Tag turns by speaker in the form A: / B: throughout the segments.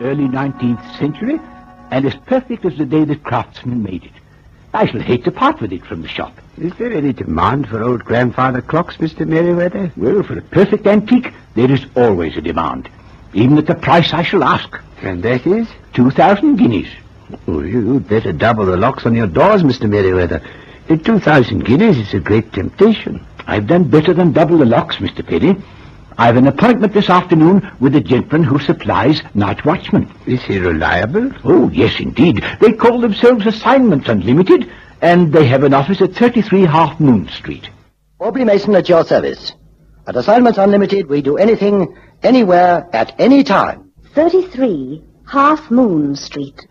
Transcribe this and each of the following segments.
A: early 19th century and as perfect as the day the craftsman made it. I shall hate to part with it from the shop.
B: Is there any demand for old grandfather clocks, Mr. Merriweather?
A: Well, for a perfect antique, there is always a demand, even at the price I shall ask
B: And that is?
A: 2,000 guineas.
B: Oh, you- you'd better double the locks on your doors, Mr. Merriweather. At 2,000 guineas, it's a great temptation.
A: I've done better than double the locks, Mr. Petty. I've an appointment this afternoon with a gentleman who supplies night watchmen.
B: Is he reliable?
A: Oh, yes, indeed. They call themselves Assignments Unlimited, and they have an office at 33 Half Moon Street.
C: Aubrey Mason at your service. At Assignments Unlimited, we do anything, anywhere, at any time.
D: 33 Half Moon Street.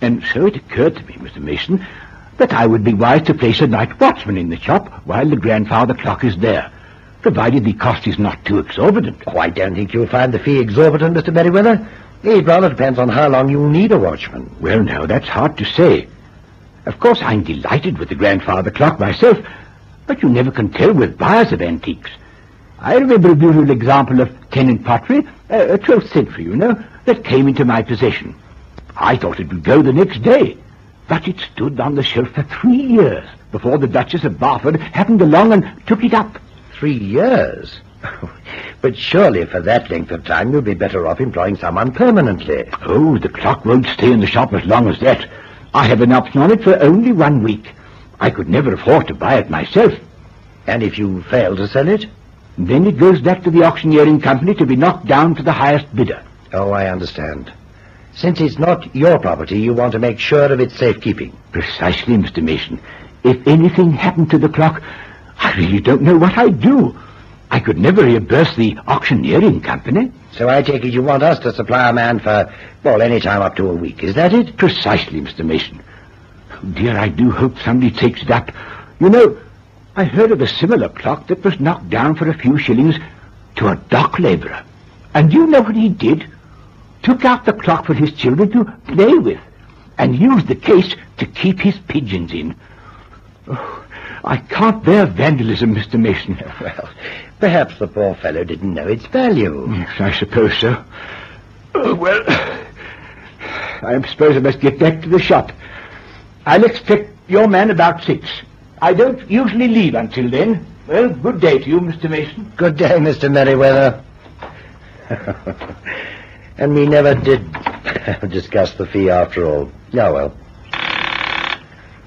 A: And so it occurred to me, Mr. Mason, that I would be wise to place a night watchman in the shop while the grandfather clock is there, provided the cost is not too exorbitant.
B: Oh, I don't think you'll find the fee exorbitant, Mr. Merriweather. It rather depends on how long you'll need a watchman.
A: Well, now, that's hard to say. Of course, I'm delighted with the grandfather clock myself, but you never can tell with buyers of antiques. I remember a beautiful example of tenant pottery, uh, a a 12th century, you know, that came into my possession. I thought it would go the next day, but it stood on the shelf for three years before the Duchess of Barford happened along and took it up.
B: Three years? but surely for that length of time you'll be better off employing someone permanently.
A: Oh, the clock won't stay in the shop as long as that. I have an option on it for only one week. I could never afford to buy it myself.
B: And if you fail to sell it?
A: Then it goes back to the auctioneering company to be knocked down to the highest bidder.
B: Oh, I understand. Since it's not your property, you want to make sure of its safekeeping.
A: Precisely, Mr. Mason. If anything happened to the clock, I really don't know what I'd do. I could never reimburse the auctioneering company.
B: So I take it you want us to supply a man for, well, any time up to a week. Is that it?
A: Precisely, Mr. Mason. Oh, dear, I do hope somebody takes it up. You know, I heard of a similar clock that was knocked down for a few shillings to a dock labourer. And you know what he did? Took out the clock for his children to play with and used the case to keep his pigeons in. Oh, I can't bear vandalism, Mr. Mason.
B: Well, perhaps the poor fellow didn't know its value.
A: Yes, I suppose so. Oh, well, I suppose I must get back to the shop. I'll expect your man about six. I don't usually leave until then. Well, good day to you, Mr. Mason.
B: Good day, Mr. Merriweather. and we never did discuss the fee after all. Yeah, well.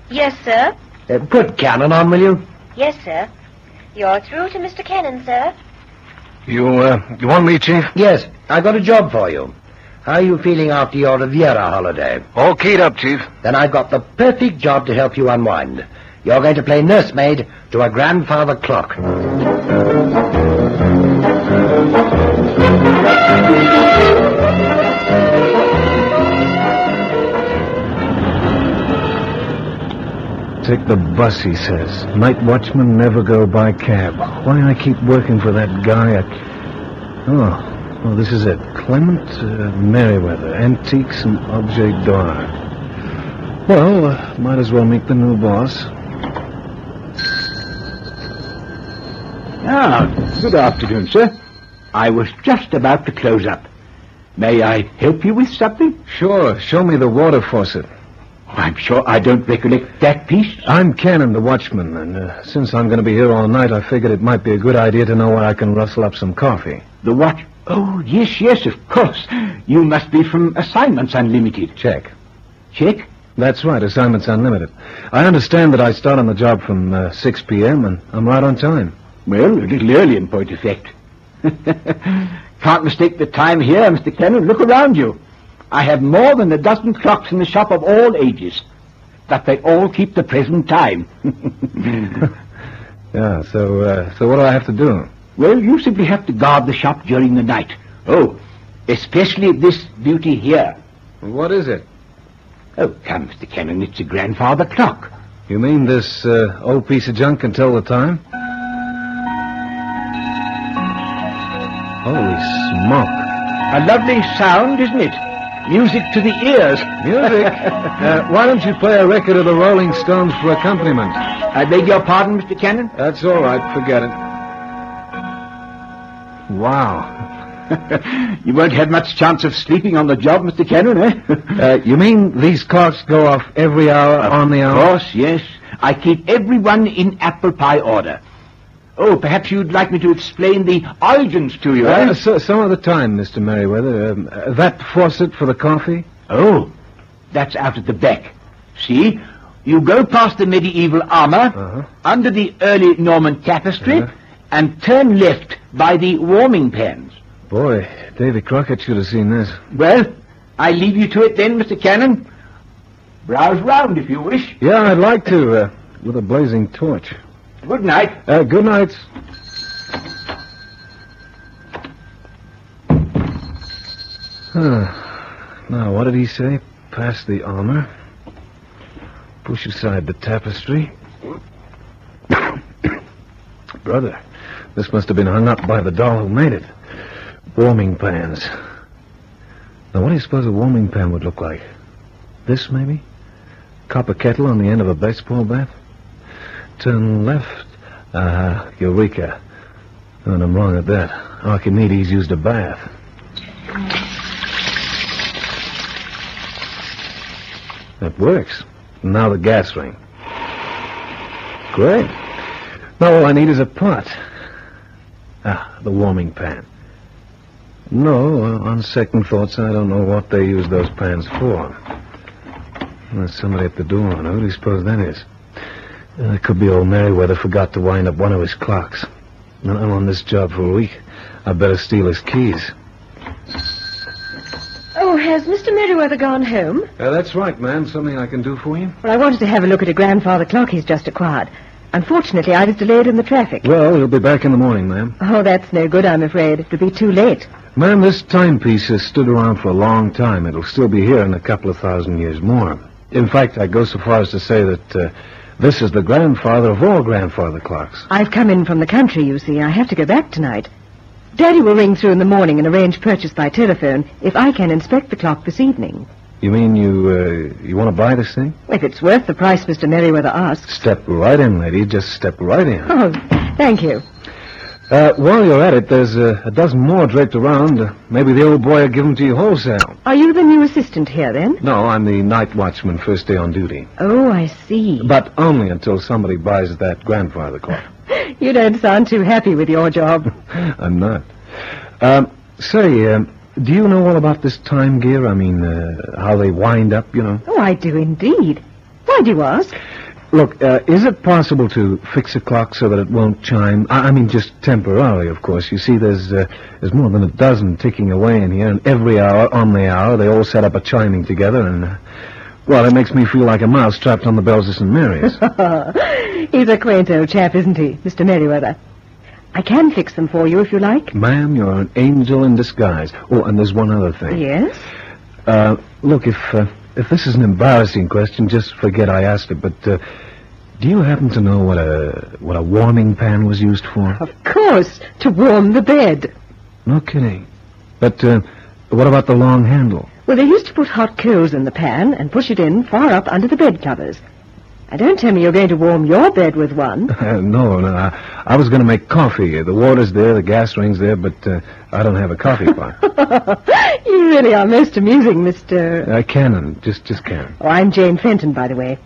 E: Yes, sir.
B: Uh, put Cannon on, will you?
E: Yes, sir. You're through to Mr. Cannon, sir.
F: You, uh, you want me, Chief?
B: Yes, I got a job for you. How are you feeling after your Riviera holiday?
F: All keyed up, Chief.
B: Then I've got the perfect job to help you unwind. You're going to play nursemaid to a grandfather clock.
F: Take the bus, he says. Night watchmen never go by cab. Why I keep working for that guy? I- Oh, well, this is it. Clement uh, Merriweather, Antiques and Objet d'Art. Well, uh, might as well meet the new boss.
A: Ah, good afternoon, sir. I was just about to close up. May I help you with something? Oh,
F: Sure, show me the water faucet.
A: I'm sure I don't recollect that piece.
F: I'm Cannon, the watchman, and uh, since I'm going to be here all night, I figured it might be a good idea to know where I can rustle up some coffee.
A: The watch. Oh, yes, yes, of course. You must be from Assignments Unlimited.
F: Check.
A: Check.
F: That's right, assignments unlimited. I understand that I start on the job from uh, 6 p.m., and I'm right on time.
A: Well, a little early in point of fact. Can't mistake the time here, Mr. Cannon. Look around you. I have more than a dozen clocks in the shop of all ages, but they all keep the present time.
F: Yeah, so, uh, so what do I have to do?
A: well, you simply have to guard the shop during the night. Oh, especially this beauty here.
F: What is it?
A: Oh, come, Mr. Cannon, it's a grandfather clock.
F: You mean this uh, old piece of junk can tell the time? Holy smoke.
A: A lovely sound, isn't it? Music to the ears.
F: Music? uh, why don't you play a record of the Rolling Stones for accompaniment?
A: I beg your pardon, Mr. Cannon?
F: That's all right. Forget it. Wow.
A: you won't have much chance of sleeping on the job, Mr. Cannon, eh?
F: Uh, you mean these clocks go off every hour on the
A: of
F: hour?
A: course, yes. I keep everyone in apple pie order. Oh, perhaps you'd like me to explain the origins to you, eh?
F: Uh, so, some other time, Mr. Merriweather. Um, uh, that faucet for the coffee?
A: Oh, that's out at the back. See? You go past the medieval armor,
F: Uh-huh.
A: under the early Norman tapestry,
F: Uh-huh.
A: and turn left by the warming pans.
F: Boy, Davy Crockett should have seen this.
A: Well, I leave you to it then, Mr. Cannon. Browse round if you wish.
F: Yeah, I'd like to, uh, with a blazing torch.
A: Good night.
F: Uh, good night. Huh. Now, what did he say? Pass the armor. Push aside the tapestry. Brother, this must have been hung up by the doll who made it. Warming pans. Now, what do you suppose a warming pan would look like? This, maybe? Copper kettle on the end of a baseball bat? Turn left. Ah, Eureka. And I'm wrong at that. Archimedes used a bath. That works. Now the gas ring. Great. Now all I need is a pot. Ah, the warming pan. No, uh, on second thoughts, I don't know what they use those pans for. There's somebody at the door. Now, who do you suppose that is? Uh, It could be old Merriweather forgot to wind up one of his clocks. And I'm on this job for a week. I better steal his keys.
G: Oh, has Mr. Merriweather gone home?
F: Uh, that's right, ma'am. Something I can do for you?
G: Well, I wanted to have a look at a grandfather clock he's just acquired. Unfortunately, I was delayed in the traffic.
F: Well, he'll be back in the morning, ma'am.
G: Oh, that's no good, I'm afraid. It'll be too late.
F: Ma'am, this timepiece has stood around for a long time. It'll still be here in a couple of thousand years more. In fact, I go so far as to say that uh, this is the grandfather of all grandfather clocks.
G: I've come in from the country, you see. I have to go back tonight. Daddy will ring through in the morning and arrange purchase by telephone if I can inspect the clock this evening.
F: You mean you uh, you want to buy this thing?
G: If it's worth the price Mr. Merriweather asks.
F: Step right in, lady. Just step right in.
G: Oh, thank you.
F: Uh, while you're at it, there's uh, a dozen more draped around. Uh, maybe the old boy will give them to you wholesale.
G: Are you the new assistant here, then?
F: No, I'm the night watchman first day on duty.
G: Oh, I see.
F: But only until somebody buys that grandfather clock.
G: You don't sound too happy with your job.
F: I'm not. Um, say, um, do you know all about this time gear? I mean, uh, how they wind up, you know?
G: Oh, I do indeed. Why do you ask?
F: Look, uh, is it possible to fix a clock so that it won't chime? I, I mean, just temporarily, of course. You see, there's uh, there's more than a dozen ticking away in here, and every hour on the hour, they all set up a chiming together, and uh, well, it makes me feel like a mouse trapped on the bells of St. Mary's.
G: He's a quaint old chap, isn't he, Mr. Merriweather? I can fix them for you if you like.
F: Ma'am, you're an angel in disguise. Oh, and there's one other thing.
G: Yes?
F: Uh, look, if uh, if this is an embarrassing question, just forget I asked it. But uh, do you happen to know what a what a warming pan was used for?
G: Of course, to warm the bed.
F: No kidding. But uh, what about the long handle?
G: Well, they used to put hot coals in the pan and push it in far up under the bed covers. Now, don't tell me you're going to warm your bed with one.
F: no, no. I, I was going to make coffee. The water's there, the gas ring's there, but uh, I don't have a coffee pot.
G: you really are most amusing, Mr.
F: uh, Cannon, just just Cannon.
G: Oh, I'm Jane Fenton, by the way.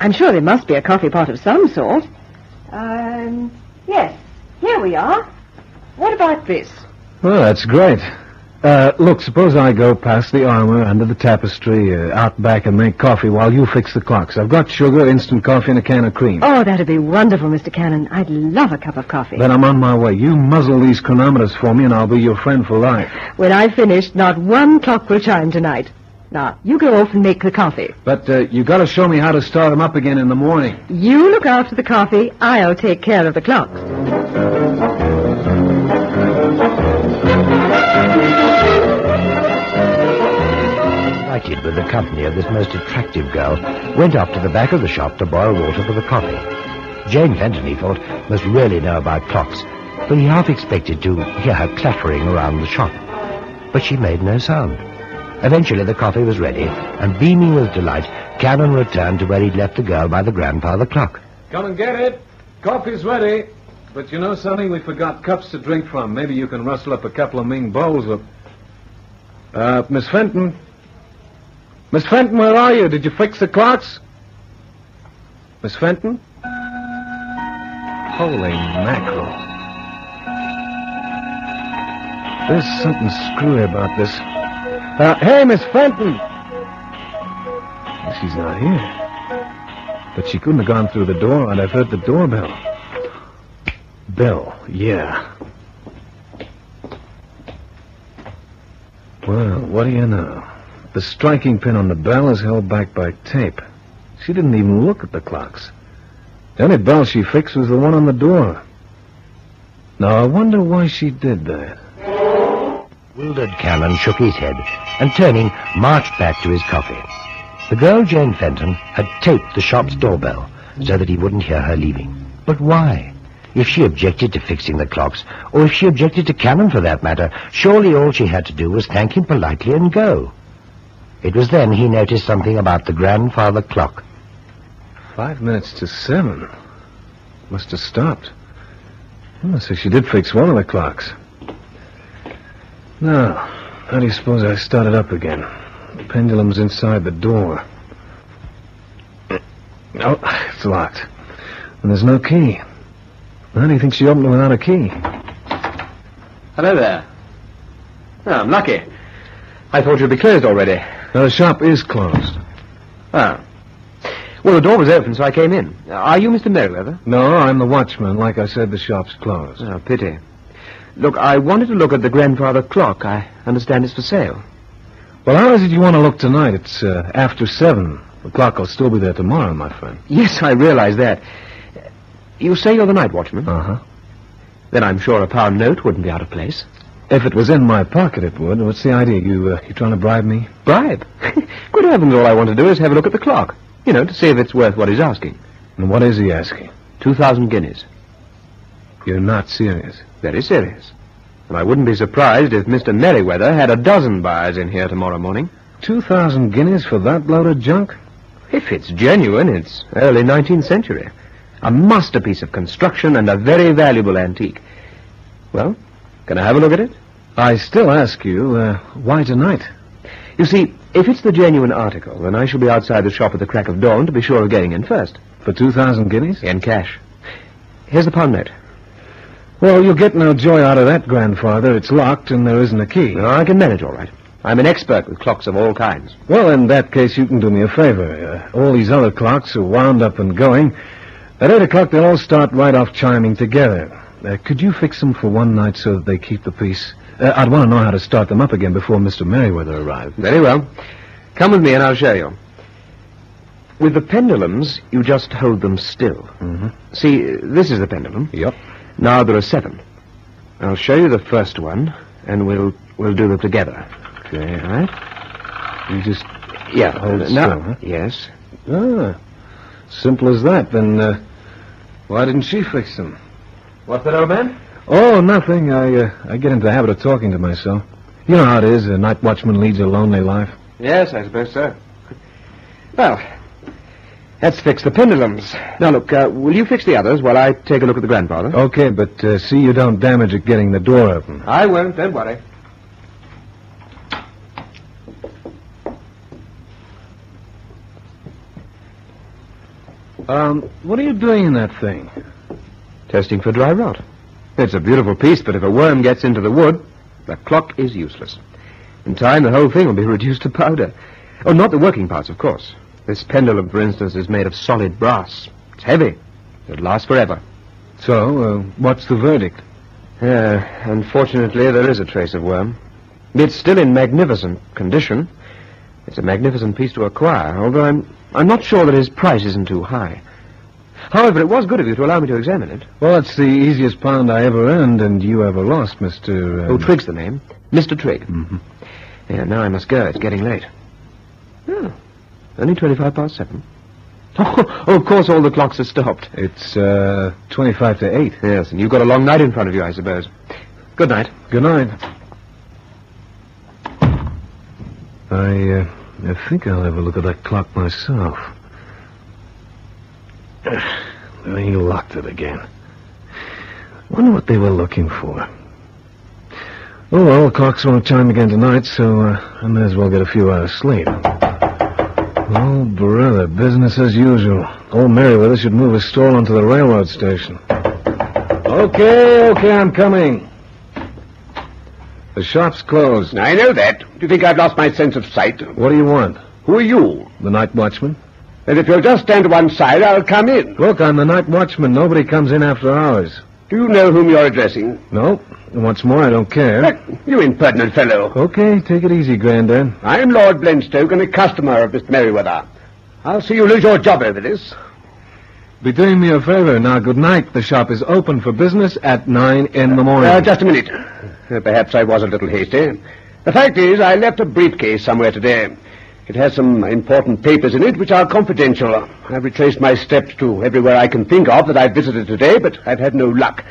G: I'm sure there must be a coffee pot of some sort. Um, yes, here we are. What about this?
F: Well, that's great. Uh, look, suppose I go past the armor, under the tapestry, uh, out back and make coffee while you fix the clocks. I've got sugar, instant coffee, and a can of cream.
G: Oh, that'd be wonderful, Mr. Cannon. I'd love a cup of coffee.
F: Then I'm on my way. You muzzle these chronometers for me, and I'll be your friend for life.
G: When I've finished, not one clock will chime tonight. Now, you go off and make the coffee.
F: But uh, you got to show me how to start them up again in the morning.
G: You look after the coffee. I'll take care of the clocks.
B: Delighted with the company of this most attractive girl, went up to the back of the shop to boil water for the coffee. Jane Fenton, he thought, must really know about clocks, when he half expected to hear her clattering around the shop. But she made no sound. Eventually the coffee was ready, and beaming with delight, Cannon returned to where he'd left the girl by the grandfather clock.
F: Come and get it. Coffee's ready. But you know, Sonny, we forgot cups to drink from. Maybe you can rustle up a couple of Ming bowls of. Uh, Miss Fenton. Miss Fenton, where are you? Did you fix the clocks? Miss Fenton? Holy mackerel. There's something screwy about this. Uh, hey, Miss Fenton! She's not here. But she couldn't have gone through the door, and I've heard the doorbell. Bell, yeah. Well, what do you know? The striking pin on the bell is held back by tape. She didn't even look at the clocks. The only bell she fixed was the one on the door. Now, I wonder why she did that.
B: Wildered Cannon shook his head and, turning, marched back to his coffee. The girl, Jane Fenton, had taped the shop's doorbell so that he wouldn't hear her leaving. But why? If she objected to fixing the clocks, or if she objected to Cannon for that matter, surely all she had to do was thank him politely and go. It was then he noticed something about the grandfather clock.
F: Five minutes to seven. Must have stopped. Hmm, so she did fix one of the clocks. Now, how do you suppose I started up again? The pendulum's inside the door. No, it's locked. And there's no key. How do you think she opened it without a key?
A: Hello there. Oh, I'm lucky. I thought you'd be closed already.
F: Now, the shop is closed.
A: Ah. Well, the door was open, so I came in. Are you Mr. Merriweather?
F: No, I'm the watchman. Like I said, the shop's closed.
A: Oh, pity. Look, I wanted to look at the grandfather clock. I understand it's for sale.
F: Well, how is it you want to look tonight? It's uh, after seven. The clock will still be there tomorrow, my friend.
A: Yes, I realize that. You say you're the night watchman?
F: Uh huh.
A: Then I'm sure a pound note wouldn't be out of place.
F: If it was in my pocket, it would. What's the idea? You uh, you trying to bribe me?
A: Bribe? Good heavens, all I want to do is have a look at the clock. You know, to see if it's worth what he's asking.
F: And what is he asking?
A: Two thousand guineas.
F: You're not serious.
A: Very serious. And I wouldn't be surprised if Mr. Merriweather had a dozen buyers in here tomorrow morning.
F: Two thousand guineas for that load of junk?
A: If it's genuine, it's early 19th century. A masterpiece of construction and a very valuable antique. Well, can I have a look at it?
F: I still ask you, uh, why tonight?
A: You see, if it's the genuine article, then I shall be outside the shop at the crack of dawn to be sure of getting in first.
F: For two thousand guineas?
A: In cash. Here's the pound note.
F: Well, you'll get no joy out of that, grandfather. It's locked and there isn't a key.
A: No, I can manage all right. I'm an expert with clocks of all kinds.
F: Well, in that case, you can do me a favor. Uh, all these other clocks are wound up and going. At eight o'clock, they'll all start right off chiming together. Uh, could you fix them for one night so that they keep the peace? Uh, I'd want to know how to start them up again before Mr. Merriweather arrives.
A: Very well. Come with me and I'll show you. With the pendulums, you just hold them still.
F: Mhm.
A: See, this is the pendulum.
F: Yep.
A: Now there are seven. I'll show you the first one, and we'll we'll do them together. Okay, all right?
F: You just
A: Yeah.
F: Hold
A: uh, now-
F: still, huh?
A: Yes.
F: ah, simple as that. Then uh, why didn't she fix them?
A: What's that, old man?
F: Oh, nothing. I uh, I get into the habit of talking to myself. You know how it is. A night watchman leads a lonely life.
A: Yes, I suppose so. Well, let's fix the pendulums. Now, look, uh, will you fix the others while I take a look at the grandfather?
F: Okay, but uh, see you don't damage it getting the door open.
A: I won't, don't worry.
F: Um, what are you doing in that thing?
A: Testing for dry rot. It's a beautiful piece, but if a worm gets into the wood, the clock is useless. In time, the whole thing will be reduced to powder. Oh, not the working parts, of course. This pendulum, for instance, is made of solid brass. It's heavy. It lasts forever.
F: So, uh, what's the verdict?
A: Uh, unfortunately, there is a trace of worm. It's still in magnificent condition. It's a magnificent piece to acquire, although I'm, I'm not sure that his price isn't too high. However, it was good of you to allow me to examine it.
F: Well, it's the easiest pound I ever earned, and you ever lost, Mister. uh,
A: Oh, Trig's the name. Mr. Trigg. Mm-hmm. Yeah, now I must go. It's getting late. Oh, only 25 past seven.
H: Oh, of course all the clocks are stopped.
F: It's uh, 25 to 8.
H: Yes, and you've got a long night in front of you, I suppose. Good night.
F: Good night. I, uh, I think I'll have a look at that clock myself. he locked it again. Wonder what they were looking for. Oh well, the clocks won't chime again tonight, so uh, I may as well get a few hours sleep. Oh, brother, business as usual. Old Merriweather should move his stall onto the railroad station. Okay, okay, I'm coming. The shop's closed.
A: I know that. Do you think I've lost my sense of sight?
F: What do you want?
A: Who are you?
F: The night watchman?
A: And if you'll just stand to one side, I'll come in.
F: Look, I'm the night watchman. Nobody comes in after hours.
A: Do you know whom you're addressing?
F: No. And what's more, I don't care.
A: You impertinent fellow.
F: Okay, take it easy, Grandad.
A: I'm Lord Blenstoke and a customer of Mr. Merriweather. I'll see you lose your job over this.
F: Be doing me a favor. Now, good night. The shop is open for business at nine in the morning.
A: Uh, just a minute. Uh, Perhaps I was a little hasty. The fact is, I left a briefcase somewhere today. It has some important papers in it which are confidential. I've retraced my steps to everywhere I can think of that I've visited today, but I've had no luck.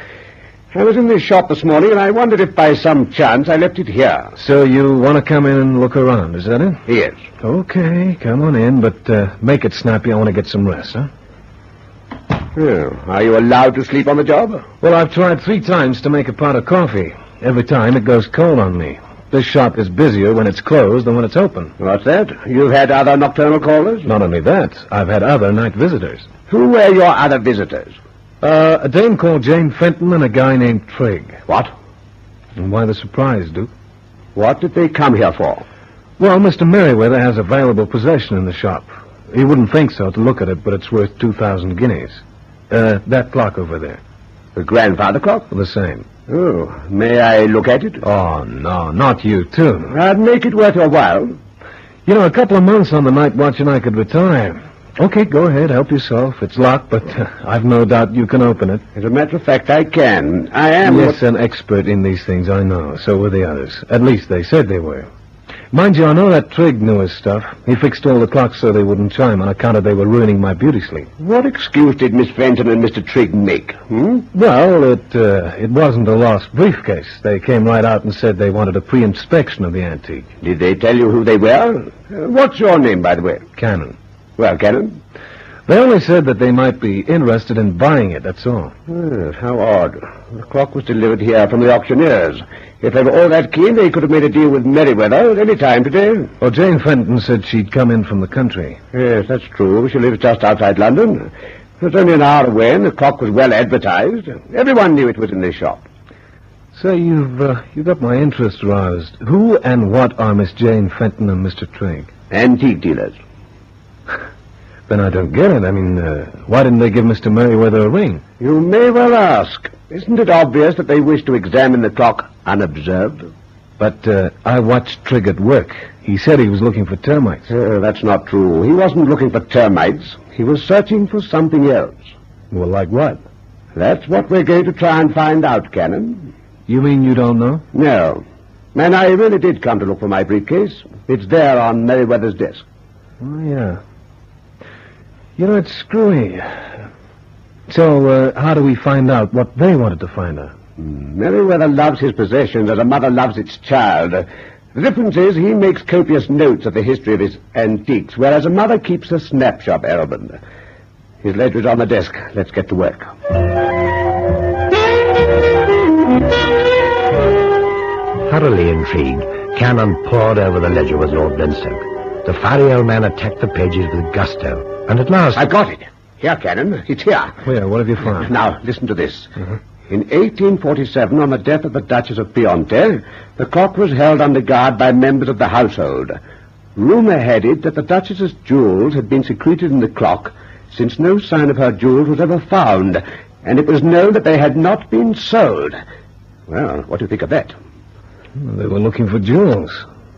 A: I was in this shop this morning and I wondered if by some chance I left it here.
F: So you want to come in and look around, is that it?
A: Yes.
F: Okay, come on in, but uh, make it snappy. I want to get some rest, huh?
A: Oh, are you allowed to sleep on the job?
F: Well, I've tried three times to make a pot of coffee. Every time it goes cold on me. This shop is busier when it's closed than when it's open.
A: What's that? You've had other nocturnal callers?
F: Not only that, I've had other night visitors.
A: Who were your other visitors?
F: Uh, a dame called Jane Fenton and a guy named Trigg.
A: What?
F: And why the surprise, Duke?
A: What did they come here for?
F: Well, Mr. Merriweather has a valuable possession in the shop. He wouldn't think so to look at it, but it's worth 2,000 guineas. Uh, that clock over there.
A: The grandfather clock?
F: The same.
A: Oh, may I look at it?
F: Oh, no, not you, too.
A: I'd make it worth your while.
F: You know, a couple of months on the night watch and I could retire. Okay, go ahead, help yourself. It's locked, but uh, I've no doubt you can open it.
A: As a matter of fact, I can. I am.
F: yes, an expert in these things, I know. So were the others. At least they said they were. Mind you, I know that Trigg knew his stuff. He fixed all the clocks so they wouldn't chime on account of they were ruining my beauty sleep.
A: What excuse did Miss Fenton and Mr. Trigg make? Hmm?
F: Well, it uh, it wasn't a lost briefcase. They came right out and said they wanted a pre-inspection of the antique.
A: Did they tell you who they were? Uh, what's your name, by the way?
F: Cannon.
A: Well, Cannon.
F: They only said that they might be interested in buying it, that's all.
A: Ah, how odd. The clock was delivered here from the auctioneers. If they were all that keen, they could have made a deal with Merriweather at any time today.
F: Well, Jane Fenton said she'd come in from the country.
A: Yes, that's true. She lives just outside London. It was only an hour away, and the clock was well advertised. Everyone knew it was in this shop.
F: So you've uh, you got my interest roused. Who and what are Miss Jane Fenton and Mr. Trigg?
A: Antique dealers.
F: Then I don't get it. I mean, uh, why didn't they give Mr. Merriweather a ring?
A: You may well ask. Isn't it obvious that they wish to examine the clock unobserved?
F: But uh, I watched Trigg at work. He said he was looking for termites.
A: Uh, that's not true. He wasn't looking for termites. He was searching for something else.
F: Well, like what?
A: That's what we're going to try and find out, Cannon.
F: You mean you don't know?
A: No. And I really did come to look for my briefcase. It's there on Merriweather's desk.
F: Oh, yeah. You know, it's screwy. So, uh, how do we find out what they wanted to find out?
A: Merriweather loves his possessions as a mother loves its child. The difference is he makes copious notes of the history of his antiques, whereas a mother keeps a snapshot, Arabin. His ledger is on the desk. Let's get to work.
B: Thoroughly intrigued, Cannon pored over the ledger with Lord Blenstoke. The fiery old man attacked the pages with gusto, and at last...
A: I've got it. Here, Cannon. It's here.
F: Where? What have you found?
A: Now, listen to this. In 1847, on the death of the Duchess of Pionte, the clock was held under guard by members of the household. Rumor had it that the Duchess's jewels had been secreted in the clock, since no sign of her jewels was ever found, and it was known that they had not been sold. Well, what do you think of that?
F: They were looking for jewels.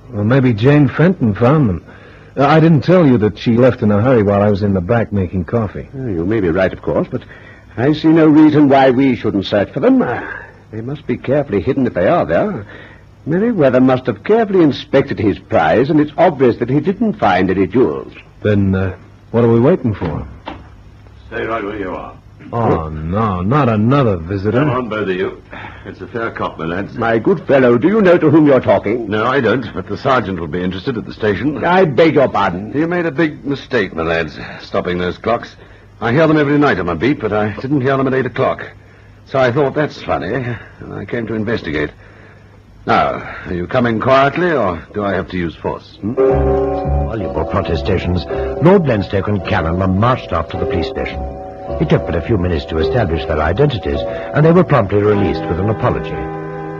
F: Well, maybe Jane Fenton found them. Uh, I didn't tell you that she left in a hurry while I was in the back making coffee.
A: Oh, You may be right, of course, but I see no reason why we shouldn't search for them. Uh, They must be carefully hidden if they are there. Merriweather must have carefully inspected his prize, and it's obvious that he didn't find any jewels.
F: Then, uh, what are we waiting for?
I: Stay right where you are.
F: Oh, no, not another visitor.
I: Come on, both of you. It's a fair cop, my lads.
A: My good fellow, do you know to whom you're talking?
I: No, I don't, but the sergeant will be interested at the station.
A: I beg your pardon.
I: You made a big mistake, my lads, stopping those clocks. I hear them every night on my beat, but I didn't hear them at eight o'clock. So I thought that's funny, and I came to investigate. Now, are you coming quietly, or do I have to use force? hmm?
B: Voluble protestations, Lord Blenstoke and Cannon were marched off to the police station. It took but a few minutes to establish their identities, and they were promptly released with an apology.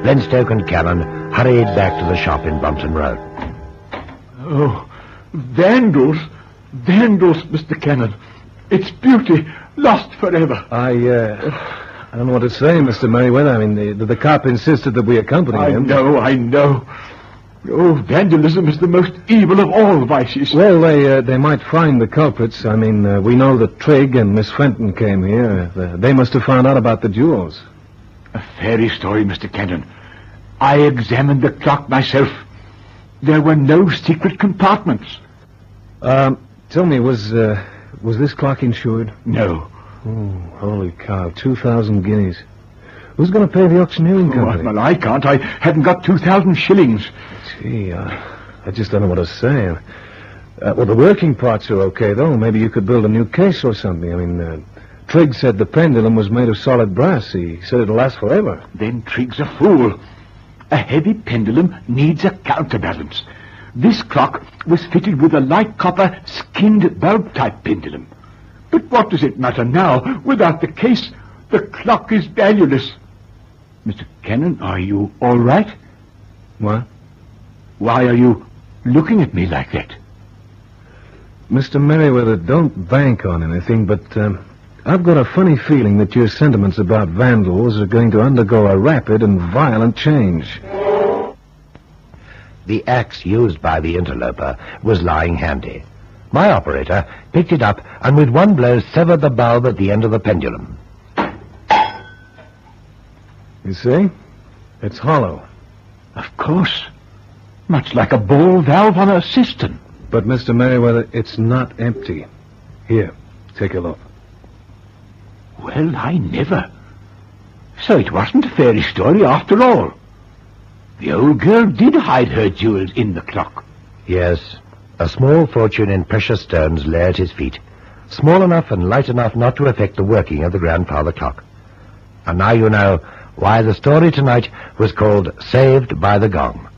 B: Blenstoke and Cannon hurried back to the shop in Brompton Road.
F: Oh, Vandals. Vandals, Mr. Cannon. It's beauty, lost forever. I, uh, I don't know what to say, Mr. Merriweather. I mean, the, the, the cop insisted that we accompany him. I know, I know. Oh, vandalism is the most evil of all vices. Well, they, uh, they might find the culprits. I mean, uh, we know that Trigg and Miss Fenton came here. Uh, they must have found out about the jewels. A fairy story, Mr. Cannon. I examined the clock myself. There were no secret compartments. Um, tell me, was uh, was this clock insured? No. Oh, holy cow! Two thousand guineas. Who's going to pay the auctioneering company? well, I can't. I haven't got two thousand shillings. Gee, I, I just don't know what to say. Uh, well, the working parts are okay, though. Maybe you could build a new case or something. I mean, uh, Trigg said the pendulum was made of solid brass. He said it'll last forever. Then Trigg's a fool. A heavy pendulum needs a counterbalance. This clock was fitted with a light copper skinned bulb type pendulum. But what does it matter now? Without the case, the clock is valueless. Mr. Cannon, are you all right? What? Why are you looking at me like that? Mr. Merriweather, don't bank on anything, but um, I've got a funny feeling that your sentiments about vandals are going to undergo a rapid and violent change.
B: The axe used by the interloper was lying handy. My operator picked it up and with one blow severed the bulb at the end of the pendulum.
F: You see? It's hollow. Of course. Much like a ball valve on a cistern. But, Mr. Merriweather, it's not empty. Here, take a look. Well, I never. So it wasn't a fairy story after all. The old girl did hide her jewels in the clock.
B: Yes, a small fortune in precious stones lay at his feet, small enough and light enough not to affect the working of the grandfather clock. And now you know why the story tonight was called Saved by the Gong.